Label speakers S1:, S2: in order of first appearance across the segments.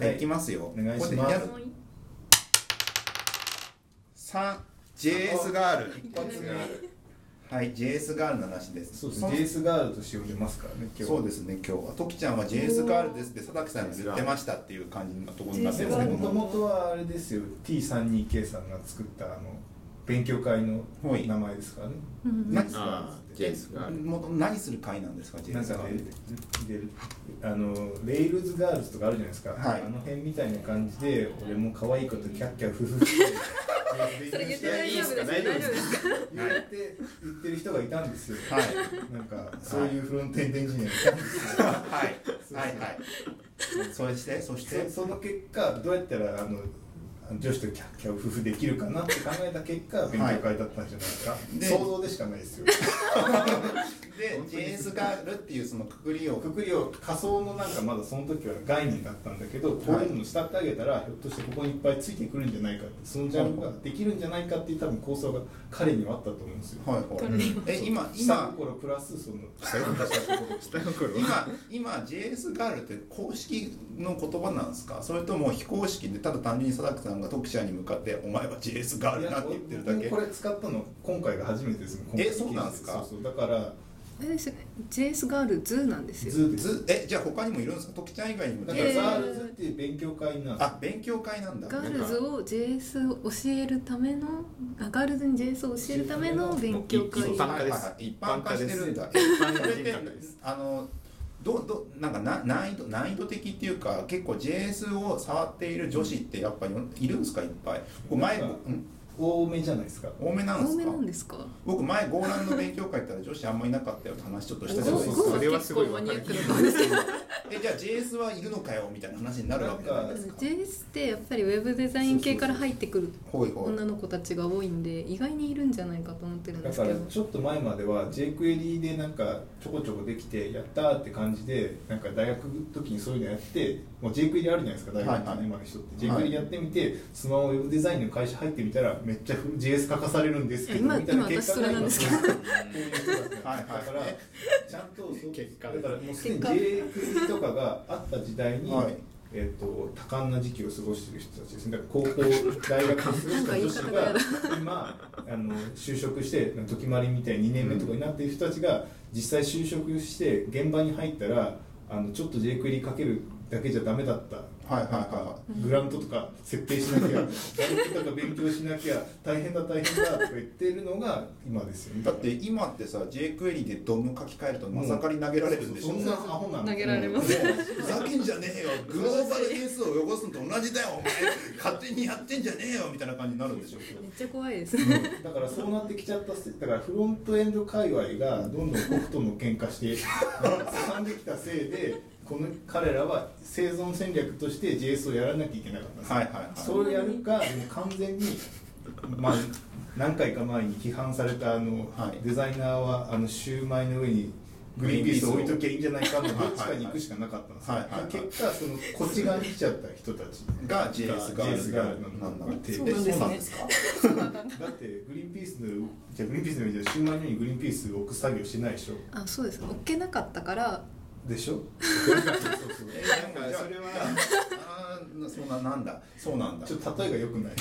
S1: はい、いきますよ。
S2: お願いします
S1: ここでやる三 JS ガール。
S2: 一発がある
S1: はい、JS ガールの話です。
S2: そうです
S1: の
S2: ね JS ガールとして呼んでますからね今日
S1: そうですね今日は「ときちゃんは JS ガールです」って佐々木さんが言ってましたっていう感じのところになってるんですけど
S2: もと
S1: も
S2: もとはあれですよ T32K さんが作ったあの勉強会の
S1: はい
S2: 名前ですからね、
S3: うん
S1: な
S4: ああ、ジェイスがある。
S1: もと何する会なんですか
S2: なん
S1: JS
S2: か
S1: ガー
S2: ね
S1: ルって
S2: であのレイルズガールズとかあるじゃないですか、
S1: はい
S2: あの辺みたいな感じで俺も可愛いことキャッキャフフフって
S3: それ言って
S4: い
S3: 大
S4: い
S3: 丈
S4: っ
S3: 夫
S4: す
S3: で
S4: か
S3: す大
S4: 大
S3: 丈
S4: 丈
S3: 夫
S4: 夫で
S3: ですか
S2: 言って言ってる人がいたんですよ、
S1: はい
S2: なんかそういうフロントエンドエンジニアがいたんですよ
S1: はいはいはいそしてそして
S2: そその結果どうやったらあのあの女子とキャッキャウフフできるかなって考えた結果勉強会だったんじゃないですか、
S1: で
S2: 想像でしかないですよ
S1: で JS ガールっていうそのくくりを
S2: くくりを仮想のなんかまだその時は概念だったんだけどこういうのを慕ってあげたらひょっとしてここにいっぱいついてくるんじゃないかってそのジャンルができるんじゃないかっていう多分構想が彼にはあったと思うんですよ、
S1: はい
S3: く
S1: はい
S3: り
S1: え今
S2: 下
S1: 今
S2: 心プラスその
S4: 下心
S1: 今今 JS ガールって公式の言葉なんですかそれとも非公式でただ単純に佐々木さんが徳ちゃんに向かって「お前は JS ガールだ」って言ってるだ
S2: いや
S1: け
S2: これ使ったの今回が初めてですね今回
S1: えそうなんですか
S2: そうそうだから
S3: あれですね JS ガールズなんですよ
S2: ズーです
S1: ずえじゃあ他にもいるんですか徳ちゃん以外にも
S2: だから
S3: えー
S2: ザールズっていう勉強会なんですよ
S1: あ勉強会なんだ
S3: ガールズを JS を教えるためのあガールズに JS を教えるための勉強会
S4: 一般化です
S1: はいはい一般化してるんだ
S4: 一般化
S1: それ
S4: 人
S1: で
S4: 格です
S1: あのどうどうなんかな難易度難易度的っていうか結構 JS を触っている女子ってやっぱりいるんですかいっぱい僕前、
S2: なん
S1: う
S2: か
S1: ん、
S2: 多めじゃないですか
S1: 多めなんで
S3: 多
S1: す
S3: め
S1: か
S3: なんですか
S1: 僕前ゴーランド勉強会行ったら女子あんまいなかったよって話ちょっとしたじゃないです
S4: そうそう
S1: か
S4: それはすごいわ
S3: マ
S4: か
S3: ニ
S4: る
S3: アックな感じ
S1: えじゃあ JS はいるのかよみたいな話になるわけじゃないですか
S3: JS ってやっぱりウェブデザイン系から入ってくる
S1: ほいほい
S3: 女の子たちが多いんで意外にいるんじゃないかと思ってるん
S2: だ
S3: です
S2: か
S3: け
S2: ら
S3: ど
S2: ちょっと前までは JQuery でなんかちょこちょこできてやったーって感じでなんか大学の時にそういうのやってもう JQuery あるじゃないですか大学
S1: はい
S2: の
S1: はい
S2: 今の人って、
S1: はい
S2: JQuery やってみてスマホウェブデザインの会社入ってみたらめっちゃ JS 書かされるんですけど
S3: 今
S2: みたいな
S3: 今私それなんですけど
S2: こういう人だった
S1: はいはい
S2: だからちゃんとそう
S4: 結果
S2: だからもうすでに
S3: 結果
S2: JQuery とかがあった時代に、
S1: はい
S2: えっと多感な時期を過ごしている人たちですねだから高校大学を過ごした女子が今あの就職して時回りみたいに2年目とかになっている人たちが実際就職して現場に入ったらあのちょっと J クエリかけるだけじゃダメだった。
S1: はいはい
S2: なん
S1: はいは
S2: かグラウンドとか設定しなきゃ、ダウンとか勉強しなきゃ、大変だ大変だとか言ってるのが今ですよね。
S1: いだって今ってさ JQuery でドム書き換えるとまさかり投げられるんでしょ
S2: そんなアホなの
S3: 投げられ
S1: もう
S3: ます
S1: ふざけんじゃねえよグローバル変数を汚すのと同じだよお前勝手にやってんじゃねえよみたいな感じになるんでしょ
S3: めっちゃ怖い です
S2: だからそうなってきちゃったせだからフロントエンド界隈がどんどん僕との喧嘩して 掴んできたせいでこの彼らは生存戦略として JS をやらなきゃいけなかったんですよ
S1: はいはいはい
S2: それをやるかでも完全に、まあ、何回か前に批判されたあの、
S1: はい
S2: デザイナーはあのシューマイの上にグリーンピースを置いときゃいいんじゃないかのどっちかに行くしかなかったんですよ、
S1: はいはいはい
S2: 結果そのこっち側に来ちゃった人たち
S1: が JS ガール
S2: JS ガール
S1: な
S2: なんん
S1: だ
S2: だ
S1: って
S3: そうなんですね
S1: か
S2: だってグリーンピースのじゃあグリーンピースの上じゃシューマイのようにグリーンピースを置く作業してないでしょ
S3: あそうです置けなかったから
S2: でしょ
S1: え
S4: んかそれは
S1: あーそうななんだそうなんだ
S2: ちょっと例えが良くない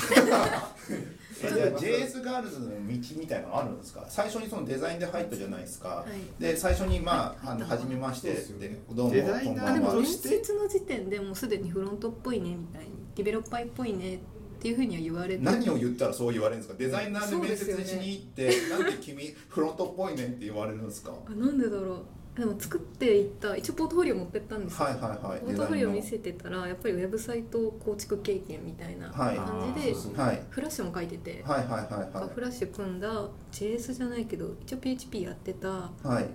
S1: えじゃあ JS ガールズの道みたいなのあるんですか最初にそのデザインで入ったじゃないですか、
S3: い
S1: で最初にまあ、
S3: はい
S1: あの初めまして
S2: そうです
S1: で
S2: よね
S1: どうも
S4: デザイナー
S1: こんば
S3: あで
S1: ん
S3: も
S1: は
S3: 面接の時点でもうすでにフロントっぽいねみたいにディベロッパーっぽいねっていうふうには言われて
S1: 何を言ったらそう言われるんですかデザイナーで面接しに行って、なんで君フロントっぽいねって言われるんですかは
S3: あなんでだろうでも作っていった一応ポートフォリオ持ってったんですよ
S1: いはいはい
S3: ポートフォリオ
S1: デ
S3: 見
S1: ザイ
S3: せてたらやっぱりウェブサイト構築経験みたいな
S1: はい
S3: 感じ
S4: あ
S3: で
S4: ーそう
S1: ンのはい
S3: フラッシュも書いてて、
S1: はいはいはいは
S3: フラッシュ組んだ JS じゃないけど一応 PHP やってた
S1: いはい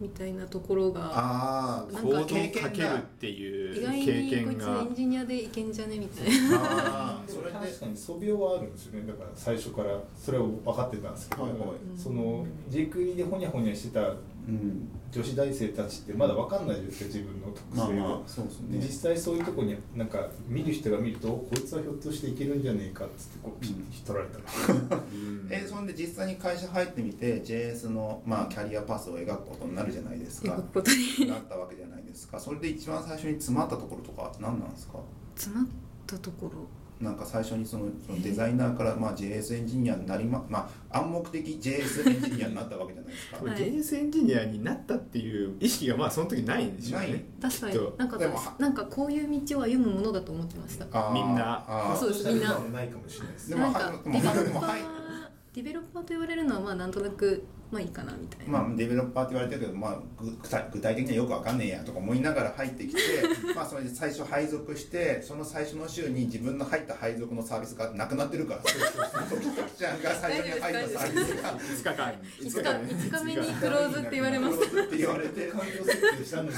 S3: みたいなところが
S1: あー
S4: 行動をかけるって
S3: 意
S4: いう
S3: 外
S4: 経
S3: にこい
S4: 験
S3: つエ
S4: が
S3: ンジニアでいけんじゃねみたいな。
S1: あーそ
S2: そ
S1: れ
S2: れ
S1: で
S2: 確かに素養はあるんですよねだから最初からそれを分かってたんですけど、
S1: はいはい
S2: そのジェクリでホニャホニャしてた
S1: うん
S2: 女子大生たちってまだ分かんないですよ自分の特性
S1: まあ
S2: を、
S1: まあそうです
S2: で
S1: ね
S2: 実際そういうとこになんか見る人が見るとこいつはひょっとしていけるんじゃねえかっつってこうピッて引っ取られたら、
S4: うん
S1: えそんで実際に会社入ってみて JS の、まあ、キャリアパスを描くことになるじゃないです
S3: という
S1: か
S3: ことに
S1: なったわけじゃないですかそれで一番最初に詰まったところとか何なんですか
S3: 詰まったところ
S1: なんか最初にそのそのデザイナーからまあ JS エンジニアになりま、まあ、暗黙的 JS エンジニアになったわけじゃないですか
S3: はい
S4: ジェンスエンジニアになったっていう意識がまあその時ないんでしょうね
S3: 確か
S4: きっ
S3: に
S4: と
S3: なんか
S1: でもは
S3: なんかこういう道は読むものだと思ってました
S1: あー
S4: みんな
S1: あー
S3: そうですみんな
S2: もないかもしれないです
S1: で
S2: ね
S1: も
S3: な
S1: は
S3: んか
S1: で
S3: デ
S1: も
S3: ベロッ
S1: でも
S3: パー
S1: はい
S3: デベロッパーと言われるのはまあなんとなくまあいいかなみたいな、
S1: まあ、デベロッパーって言われてるけど、まあ、具体具体的にはよくわかんねえやとか思いながら入ってきてまあそれで最初配属してその最初の週に自分の入った配属のサービスがなくなってるから時々ちゃんが最初に入ったサービスが
S4: 5日間
S3: 5日5日目にクローズって言われます
S1: って言われて
S2: 環境設定したのに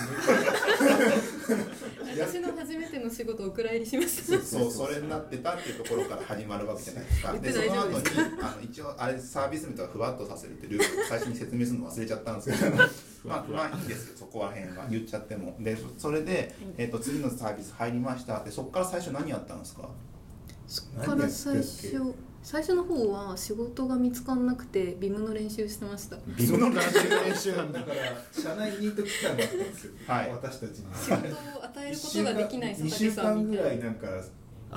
S3: 私の初めての仕事お蔵入りしました
S1: そうそれになってたっていうところから始まるわけじゃないですかでその後にあの一応あれサービス名とかふわっとさせるってルールを最初に説明するの忘れちゃったんですけどまあまあいいんですよそこら辺は言っちゃってもでそれで、えっと次のサービス入りましたでそこから最初何やったんですか
S3: そっから最初最初の方は仕事が見つかんなくてビムの練習してました
S1: ビムの
S4: 練習なん
S2: だ
S4: だ
S2: から社内ニート期間があったんですよ、
S1: はい
S2: 私たちに
S3: 仕事を与えることができない
S2: 2
S3: 佐
S2: 週
S3: 竹さ
S2: 間
S3: ん
S2: ぐ
S3: みたい
S2: ら
S3: ない
S2: なんか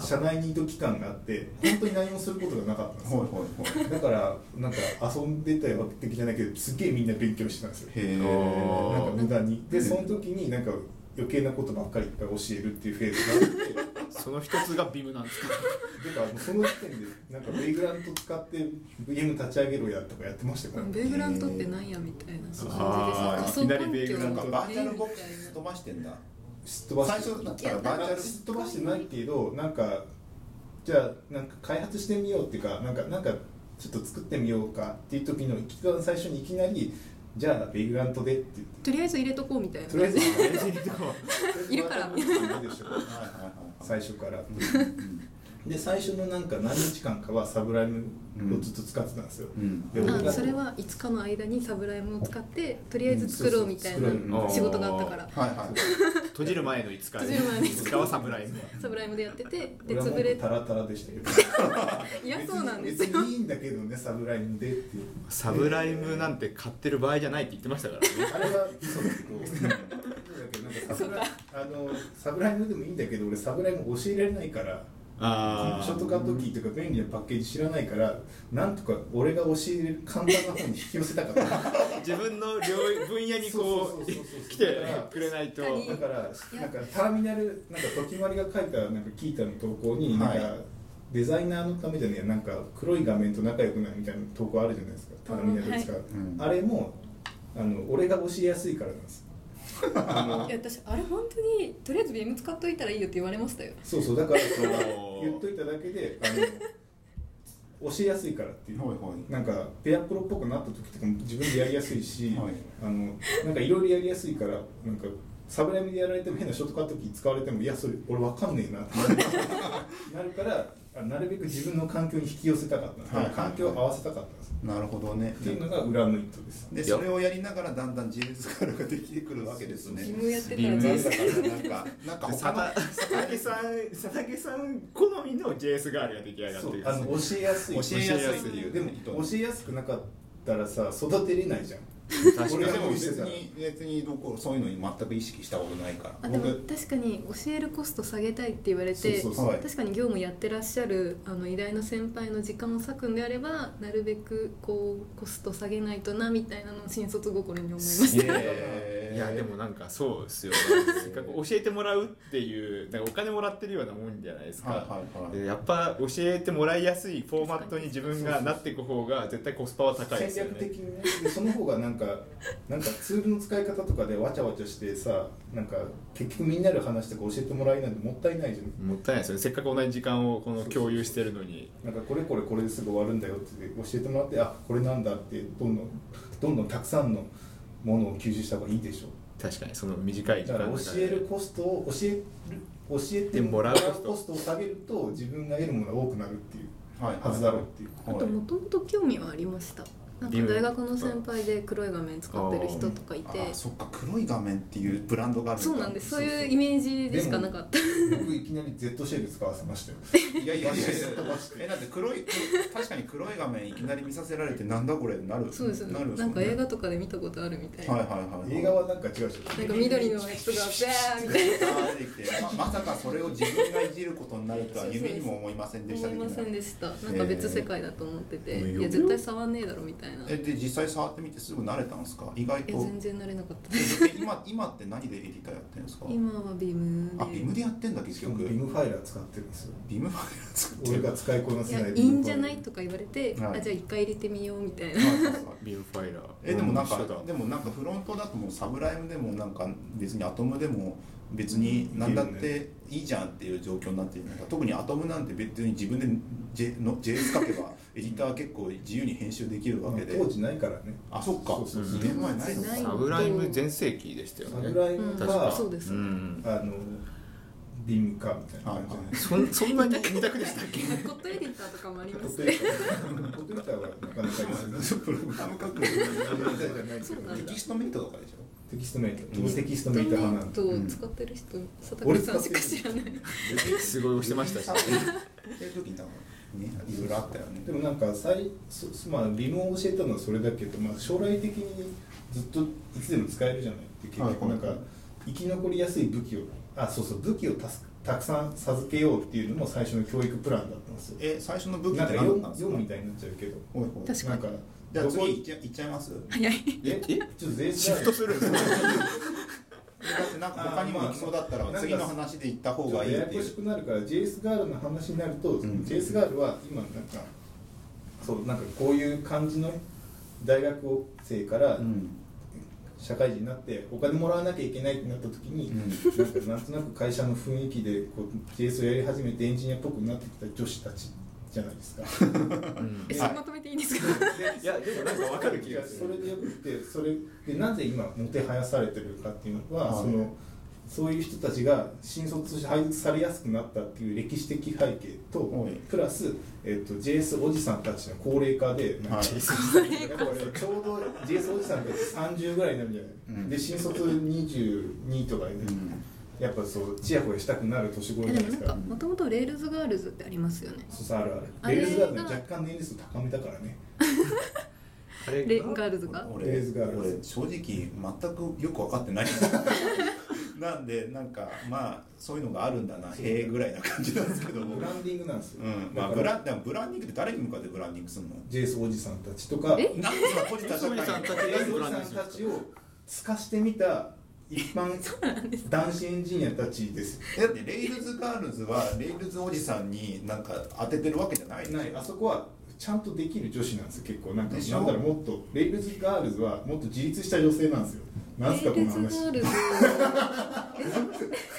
S2: 社内ニート期間があって本当に何もすることがなかったんです
S1: ほい
S2: よ
S1: ほいほい
S2: だからなんか遊んでたわけじゃないけどすげえみんな勉強してたんですよ
S1: へ
S4: あ
S1: え
S4: ー
S2: なんか無駄にでその時になんか余計なことばっかりいっぱい教えるっていうフェーズがあって
S4: その一つがビムなん ですか
S2: てかもうその時点でなんかベイグラント使って VM 立ち上げろやとかやってましたから、
S3: ベーグラントってなんやみたいな
S4: そう
S3: 感じで
S4: あーいきなりベ ーグラ
S1: なん
S4: ン
S1: か
S4: ト
S1: バーチャルボックス飛ばしてんだ
S2: すっ飛ばして
S1: 最初だったら
S2: バ
S1: バー
S2: ー
S1: チャ
S2: チャ
S1: ル
S2: ルすっ飛ばしてないけどなんかじゃあなんか開発してみようっていうかなんかなんかちょっと作ってみようかっていう時の一番最初にいきなりじゃあベイグラントでって言って
S3: とりあえず入れとこうみたいな
S2: とりあえず
S3: いるから
S2: とりあえずバーチャルボックスでいいでしょ
S1: はいはいはい
S2: 最初からで最初のなんか何日間かはサブライムをずっと使ってたんですよ、
S1: うん
S2: で俺
S3: あ
S2: が
S3: それは5日の間にサブライムを使ってとりあえず作ろうみたい
S2: うんそうそう
S1: 作ろ
S3: な
S1: う
S3: 仕事があったから
S1: はいはい
S4: 閉じる 前の5日
S3: 閉じる前の
S4: 5日は侍の
S3: サブライムでやっててで
S2: 俺はも
S3: 潰
S2: う
S3: れ
S2: タラタラでしたけど
S3: 嫌そうなんです
S2: 別に
S3: よ
S2: 別にいいんだけどねサブライムでって言って
S4: サブライムなんて買ってる場合じゃないって言ってましたからね
S2: あれは嘘だけどだけどなんかサブライあのサブライムでもいいんだけど俺サブライム教えられないから
S4: あ
S2: ショートカットキーとか便利なパッケージ知らないからなんとか俺が教える簡単な方に引き寄せたかった
S4: 自分の領分野に
S2: そ
S4: こ
S2: うそうそうそうそう
S4: う来てくれないと
S3: 確かに
S2: だからなんかターミナルなんか時まりが書いたなんかキータの投稿になんか、
S1: はい
S2: デザイナーのためじゃねえなんか黒い画面と仲良くなるみたいな投稿あるじゃないですかターミナルで使う、
S1: うん
S2: あれもあの俺が教えやすいからなんですあの
S3: いや私あれ本当にとりあえずビーム使っといたらいいよって言われましたよ
S2: そうそうだからそう
S4: おー
S2: 言っといただけであの教えやすいからっていう
S1: ほいほい
S2: なんかペアプロっぽくなった時とかも自分でやりやすいし、
S1: はい
S2: あのなんかいろいろやりやすいからなんかサブライムでやられても変なショートカットキー使われてもいやそれ俺わかんねえなって なるからあなるべく自分の環境に引き寄せたかったんです、
S1: はい
S2: 環境を合わせたかったんです、
S1: なるほどね
S2: っていうのが裏の意図です
S1: で
S4: いや
S1: それをやりながらだんだん JS カルができてくるわけですね
S3: ビームやってたら
S4: ビー
S1: な
S4: ム
S1: ん
S3: JS
S1: だからなんかなんか他
S4: 佐
S1: の
S4: 々佐々木さん佐々木さん好みの JS ガールが出来上がっ
S2: そ
S4: て
S2: う
S4: る
S2: あの教えや
S1: 教
S2: すい
S1: えやすいっていう
S2: でも教えやすくなかったらさ育てれないじゃん
S4: 確か
S1: 俺
S4: に
S1: はでも別に別にどこそういうのに全く意識したことないから
S3: あでも確かに教えるコスト下げたいって言われて
S2: そう
S1: そうはい
S3: 確かに業務やってらっしゃるあの偉大な先輩の時間を割くんであればなるべくこうコスト下げないとなみたいなのを新卒心に思いまし
S4: い
S3: た
S4: やいやでもなんかそうですよせっかく教えてもらうっていうなんかお金もらってるようなもんじゃないですか、
S1: はいはいはい
S4: でやっぱ教えてもらいやすいフォーマットに自分がなっていく方が絶対コスパは高いです
S2: 戦
S4: よ
S2: 略
S4: ね
S2: 的にねでその方がなんかなんかツールの使い方とかでわちゃわちゃしてさなんか結局みんなで話とか教えてもらえないなんてもったいないじゃん
S4: もったいないですよねせっかく同じ時間をこの共有してるのに
S2: なんかこれこれこれですぐ終わるんだよって教えてもらってあこれなんだってどんどんどんどんたくさんのものを吸収した方がいいでしょ
S4: 確かにその短い時
S2: だから
S4: 間
S2: 教
S4: の中
S2: え
S4: で
S2: るコストを教える教えてもらうコストを下げると自分が得るものが多くなるっていう
S1: はい
S2: はずだろうっていう
S1: は
S3: あ
S1: い
S3: ともともと興味はありましたなんか大学の先輩で黒い画面使ってる人とかいて
S1: あそっか黒い画面っていうブランドがある
S3: そうなんですそういうイメージでしかなかった
S2: 僕いきなり Z シェル使わせました よ
S1: いやいやいやえだって黒い確かに黒い画面いきなり見させられてなんだこれなる
S3: そうです
S1: な
S3: な
S1: る
S3: んか映画とかで見たことあるみたいな、
S1: はいはいはい
S2: 映画はなんか違うし
S3: なんか緑のやつがベーみたいな
S1: あ出てきてままさかそれを自分がいじることになるとは夢にも思いませんでした
S3: 思いません
S1: 的な
S3: でしたなんか別世界だと思ってて、
S4: えー
S3: いや絶対触んねえだろみたいな
S1: え
S3: え
S1: で実際触ってみてすぐ慣れたんですか意外と
S3: 全然慣れなかった
S1: え今今って何でエディターやってるんですか
S3: 今はビームで
S1: あビムでやってんだ結
S2: しかも
S1: 局
S2: ビムファイラー使ってるんですよ
S1: ビムファイル作って
S2: 俺
S1: る
S2: が使いこないせな
S3: や
S2: い
S3: いいんじゃないとか言われて、
S1: はい
S3: あじゃあ一回入れてみようみ たいな
S1: はいはいはい
S4: ビルファイラー
S1: えでもなん
S4: 一
S1: か
S4: 緒だ
S1: でもなんかフロントだともうサブライムでもなんか別にアトムでも別に何だっていいじゃんっていう状況になってるのか特にアトムなんて別に自分で J の JS 書けばエディターは結構自由に編集できるわけで
S2: 当時ないからね
S1: あそっか
S2: そうそう
S4: そう
S1: 2年前ないの
S3: ない
S1: か
S4: サブライム全盛期でしたよ
S2: サ
S4: ね
S2: ブライ
S3: うん
S2: ム
S4: 確か
S2: か
S4: に
S3: そうです、
S4: うん
S2: あのビムかみたいな感じで
S4: そんそんなに二択でしたっけ
S3: コットエディターとかもあり
S2: ポ
S3: ます
S2: テトポテトはなかなかですね
S1: プログラム書く
S2: じゃないけ
S3: そう
S2: ど
S3: なん
S1: テ
S3: だ
S1: キストメイトとかでしょ
S2: テキストメイト
S1: うん
S2: テキス
S3: コ
S2: ト
S3: ッ
S2: メ
S3: ト
S2: イト
S3: エデ
S2: 派な
S3: ィ
S2: ん
S3: ッ
S2: で
S3: トを使ってる人佐竹さんしか知らない
S4: すごい押してましたし
S1: そういう時に多分ねいろいろあったよね
S2: でもなんか最そそまあリムを教えたのはそれだけど、まあ、将来的にずっといつでも使えるじゃないって結
S1: はいは
S2: 局
S1: い
S2: なんか生き残りやすい武器をあそうそう武器をたすたくさん授けようっていうのも最初の教育プランだったんですよ
S1: え最初の武器
S2: な
S1: っ
S2: んか
S1: て何だったんです
S2: 4,
S1: か
S2: みたいになっちゃうけど
S1: ほいほい
S3: 確かに
S2: なんか
S1: じゃあ
S2: どこ
S1: 次いっちゃいっちゃいます
S3: 早い
S2: え
S4: え
S2: ちょっと全然
S4: シフトするんですか
S1: だってなんか他にも行きそうだったら次の話で行った方がい
S2: や
S1: い
S2: や
S1: ってい
S2: こし
S1: う
S2: くなるから JS ガールの話になると、
S1: うん
S2: JS ガールは今なんかそうなんかこういう感じの大学生から
S1: うん
S2: 社会人になってお金もらわなきゃいけないってなった時に、なんかなんとなく会社の雰囲気でこう JS をやり始めてエンジニアっぽくなってきた女子たちじゃないですか
S4: うん
S3: えそれまとめていいですか
S4: いやでもなんかわかる気がす
S2: それ
S4: る
S2: でよくてそれでなぜ今もてはやされてるかっていうのは、
S1: はい
S2: そのそういう人たちが新卒として配属されやすくなったっていう歴史的背景と、
S1: はい
S2: プラス、えっと JS おじさんたちの高齢化で、なんか
S1: はい
S2: やっぱ俺ちょうど JS おじさんって30ぐらいになるんじゃない、
S1: うん
S2: で新卒22とかで、
S1: うん
S2: やっぱそうちやほやしたくなる年頃
S3: え
S2: じゃ
S3: で
S2: ない
S3: も
S2: です
S3: なんか
S2: か
S3: もともとレールズガールズってありますよね
S2: そうそうあるあ
S3: あ
S2: る
S3: れ
S2: レールズガール
S3: が
S2: の若干年齢数高めだからね
S4: あれ
S3: レガールズが
S1: 俺
S2: レーズガールズ
S1: 俺正直全くよく分かってないなんでなんかまあそういうのがあるんだなへえぐらいな感じなん ですけど
S2: ブランディングなんですよ、
S1: うんまあ
S2: だ
S1: ブ
S2: から
S1: ランでもブランディングって誰に向かってブランディングするの
S2: JS おじさんたちとか
S3: え
S1: なんで閉じた社会
S4: おじさんたちが
S2: JS おじさんたちを透かしてみた一 般男子エンジニアたちです
S1: だってレイルズガールズはレイルズおじさんになんか当ててるわけじゃない
S2: ないあそこはちゃんとできる女子なんですよ結構なんか
S1: でし
S2: な
S1: ょ
S2: んだろうもっとレイルズガールズはもっと自立した女性なんですよ
S3: レ
S2: なんすかこ
S3: ー
S2: の
S3: ルズ
S2: 話
S3: ガール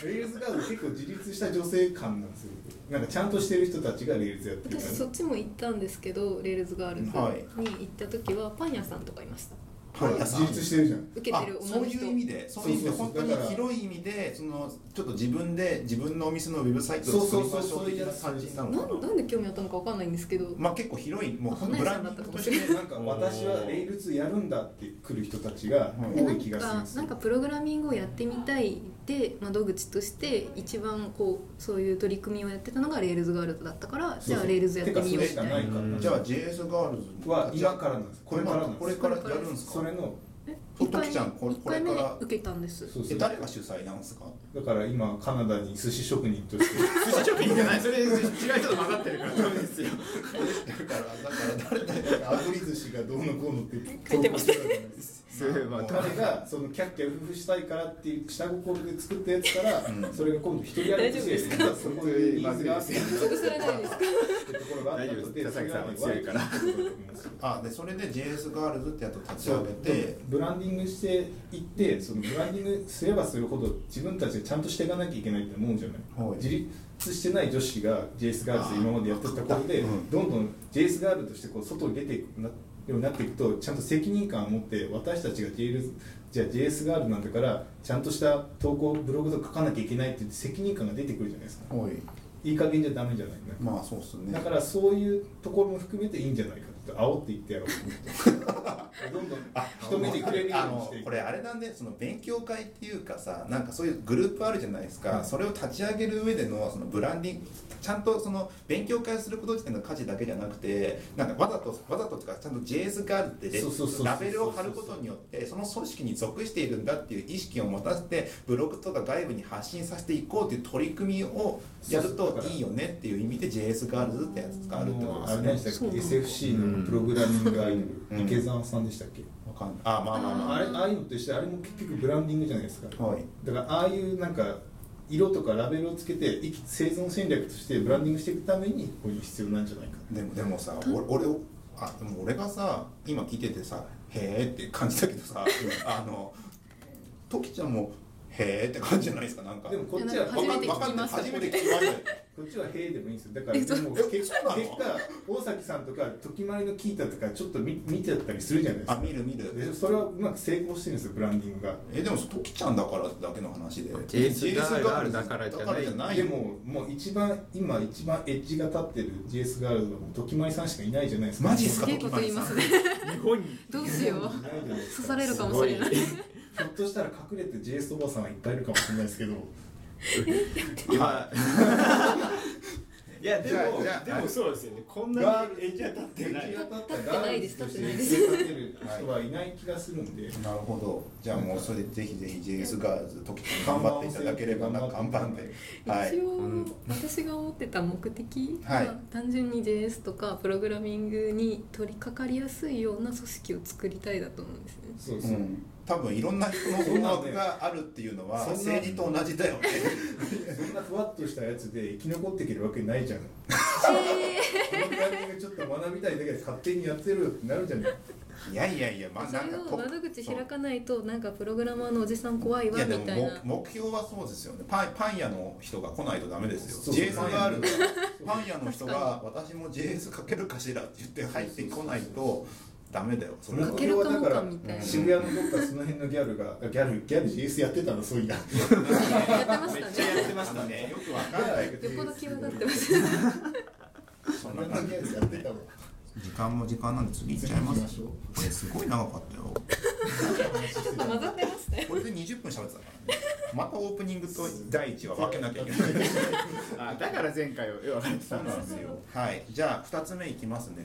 S3: ズ
S2: レイルズガールズ結構自立した女性感なんですよなんかちゃんとしてる人たちがレイルズやってる
S3: 私
S2: から
S3: そっちも行ったんですけどレールズガールズ
S1: はい
S3: に行った時はパン屋さんとかいました
S1: パン屋さん
S2: 自立してるじゃん
S3: 受けてる
S1: あ
S3: 女
S1: そう
S3: の人
S1: いう意味でそういう意味で
S2: そうそう
S1: 本
S2: そ
S1: 当
S2: う
S1: に
S2: だから
S1: 広い意味でそのちょっと自分で自分のお店のウェブサイトを作りましょう的な感じなの
S3: な
S1: か
S3: ん
S1: な
S3: なんで興味あったのかわかんないんですけど、
S1: まあ結構広いもう
S3: あ
S1: 本当ブランディングとして
S2: なんか私はレイルズやるんだって来る人たちが
S3: で
S2: 多
S3: ないん
S2: 気がするんで
S3: か
S2: す
S3: な
S2: よ
S3: んかプログラミングをやってみたいで窓口として一番こうそういう取り組みをやってたのがレールズガールズだったからじゃあレールズやってみようみ
S2: て
S3: た
S2: かそれしか
S3: いな
S2: な
S3: え
S2: いか
S4: うん
S2: ら
S1: じゃあ JS ガールズ
S2: は今かららなんですこ
S1: これ
S2: れから
S1: から
S2: な
S1: これからや
S2: んです
S1: るんですか
S2: それの
S1: ト
S3: 一
S1: キ
S3: 回
S1: ちゃんこれ
S3: 目一回
S1: これ
S3: 目
S1: から
S3: 受けたんです
S2: そうそ
S1: え
S2: う
S1: 誰が主催なんですか
S2: だから今カナダに寿司職人として
S4: 寿司職人じゃないそれ違う人と混ざってるからダメですよ
S1: だからだから誰だよ
S2: 炙り寿司がどうのこうのって
S3: 書いてます
S2: 投稿してたじゃないですか
S4: そういえば
S2: 彼がそのキャッキャ夫婦したいからっていう下心で作ったやつから、それが今度一人やりとしてそこでニーズがあってっ
S3: 潰されないですか
S2: てところがあったので
S4: 大丈夫です
S2: それがね
S4: 田
S2: 悪いことだと思うんですよ
S1: あでそれで JS ガールズってやつを立ち
S2: そ
S1: 上
S2: う
S1: げて
S2: ブランディングしていってそのブランディングすればするほど自分たちでちゃんとしていかなきゃいけないって思うじゃない、
S1: はい
S2: 自立してない女子が JS ガールズで今までやってたことで、
S1: あーうん
S2: どんどん JS ガールとしてこう外に出ていくなようになっていくとちゃんと責任感を持って私たちが JS じゃあ JS ガールなんだからちゃんとした投稿ブログとか書かなきゃいけないっていう責任感が出てくるじゃないですか
S1: おい
S2: いい加減じゃダメじゃないなんか
S1: まあそうっすね
S2: だからそういうところも含めていいんじゃないかって煽っていってやろうと 思ってどんどん
S1: あ
S2: 人目に触れるよ
S1: あ
S2: うにし
S1: の
S2: てい
S1: こ
S2: く
S1: れあれなんでその勉強会っていうかさなんかそういうグループあるじゃないですか、
S2: うん
S1: それを立ち上げる上でのそのブランディングちゃんとその勉強会すること自体の価値だけじゃなくてなんかわざとわざとっていうかちゃんと JS ガールってレ
S2: そうそうそうそう
S1: ラベルを貼ることによってその組織に属しているんだっていう意識を持たせてブログとか外部に発信させていこうっていう取り組みをやるといいよねっていう意味で JS ガールズってやつがあるってこと
S2: あれ
S1: で
S2: 何
S1: す
S2: で
S1: ね。
S2: したっけ
S3: そう
S2: SFC のプログラミングアイド
S1: うん
S2: ル池澤さんでしたっけ
S1: わかんないあまあまあま
S2: あれああいうのとしてあれも結局ブランディングじゃないですか
S1: あ。はい
S2: だからああいうなんか色とかラベルをつけて生き生存戦略としてブランディングしていくためにこういう必要なんじゃないか
S1: でもでもさお俺をあでも俺がさ今聞いててさ「へえ」って感じだけど さあのトキちゃんも「へえ」って感じじゃないですかなんか
S2: でもこっちは
S1: わ
S3: え
S1: か
S3: なんんか
S1: わかんない初
S3: 初
S1: め
S3: め
S1: て聞
S3: て
S1: きましたよ
S2: こっちは「へ」でもいいんですよだから
S3: えそう
S2: もう結
S1: えそうなの
S2: 果結果大崎さんとか時まりのキータとかちょっと見見てたりするじゃないです
S1: あ
S2: か
S1: 見る見
S2: で
S1: る
S2: それはうまく成功してるんですよブランディングが
S1: えでもトキちゃんだからだけの話で
S4: JS ガールだからじゃない
S1: だ
S2: でももう一番今一番エッジが立ってる JS ガールズはもう時まりさんしかいないじゃないですか
S1: マジっすか
S3: すげえこと言いますね
S4: 日本に
S3: どうしよう
S2: いないじゃないですか
S3: 刺されるかもしれない
S2: ひょっとしたら隠れて JS おばさんはいっぱいいるかもしれないですけど
S4: はいいやで
S1: じゃ
S4: も
S1: あじゃあ
S4: でもそうですよねこんな
S2: ガ
S4: にエッジは立ってない
S2: 立
S3: 立ってないです立ってないです
S2: 立ってる人はいない気がするん
S1: な
S2: で
S1: るほどじゃあもうそれでぜひぜひ JS ガールズトキちゃん頑張っていただければな頑張ってはい
S3: 一応、
S4: うん
S3: 私が思ってた目的は、
S1: はい
S3: 単純に JS とかプログラミングに取り掛かりやすいような組織を作りたいだと思うんですね
S2: そう
S1: う
S2: そうん
S1: 多分いろんな人の思惑があるっていうのは
S2: そんな
S1: 政治と同じだよね
S2: そんなふわっとしたやつで生き残っていけるわけな いじゃんこのタイミングちょっと学びたいだけで勝手にやってるよってなるじゃない
S1: いやいやいや、まあ、
S3: そ
S1: なん
S3: れ
S1: か
S3: を
S1: と
S3: 窓口開かないとなんかプログラマーのおじさん怖い
S1: そう
S3: わ
S1: いや
S3: み
S1: で
S3: た
S1: も
S3: いな
S1: 目目標はそうですよねパンパン屋の人が来ないとダメです
S2: そ
S1: よ
S2: うそう
S1: JS があるパ
S2: パ
S1: ン屋の人が私も JS かけるかしらって言って入ってこないとダメだよそれは
S3: かけるかもかみたいな、
S1: うん
S2: 渋谷のどっかその辺のギャルがギャルギャル JS やってたのそういや
S3: やってまし
S4: め ったちゃ
S3: ね
S4: やってましたね
S1: よくわかんないけ
S3: よっぽど
S2: 気
S3: 際
S2: が
S3: 立って
S2: ま
S3: ますすね
S1: どそん
S2: ギ
S1: な感じ
S2: ャルやってたわ
S1: 時間も時間なんで次行っちゃいます
S2: 次行きましょ
S1: これすごい長かったよ
S3: 混ざってますね
S1: これで20分喋ってたからねまたオープニングと第1話分けなきゃいけない
S4: あだから前回を分かれて
S1: そ
S4: た
S1: うん
S4: で
S1: な
S4: す
S1: んですよはいじゃあ2つ目いきますね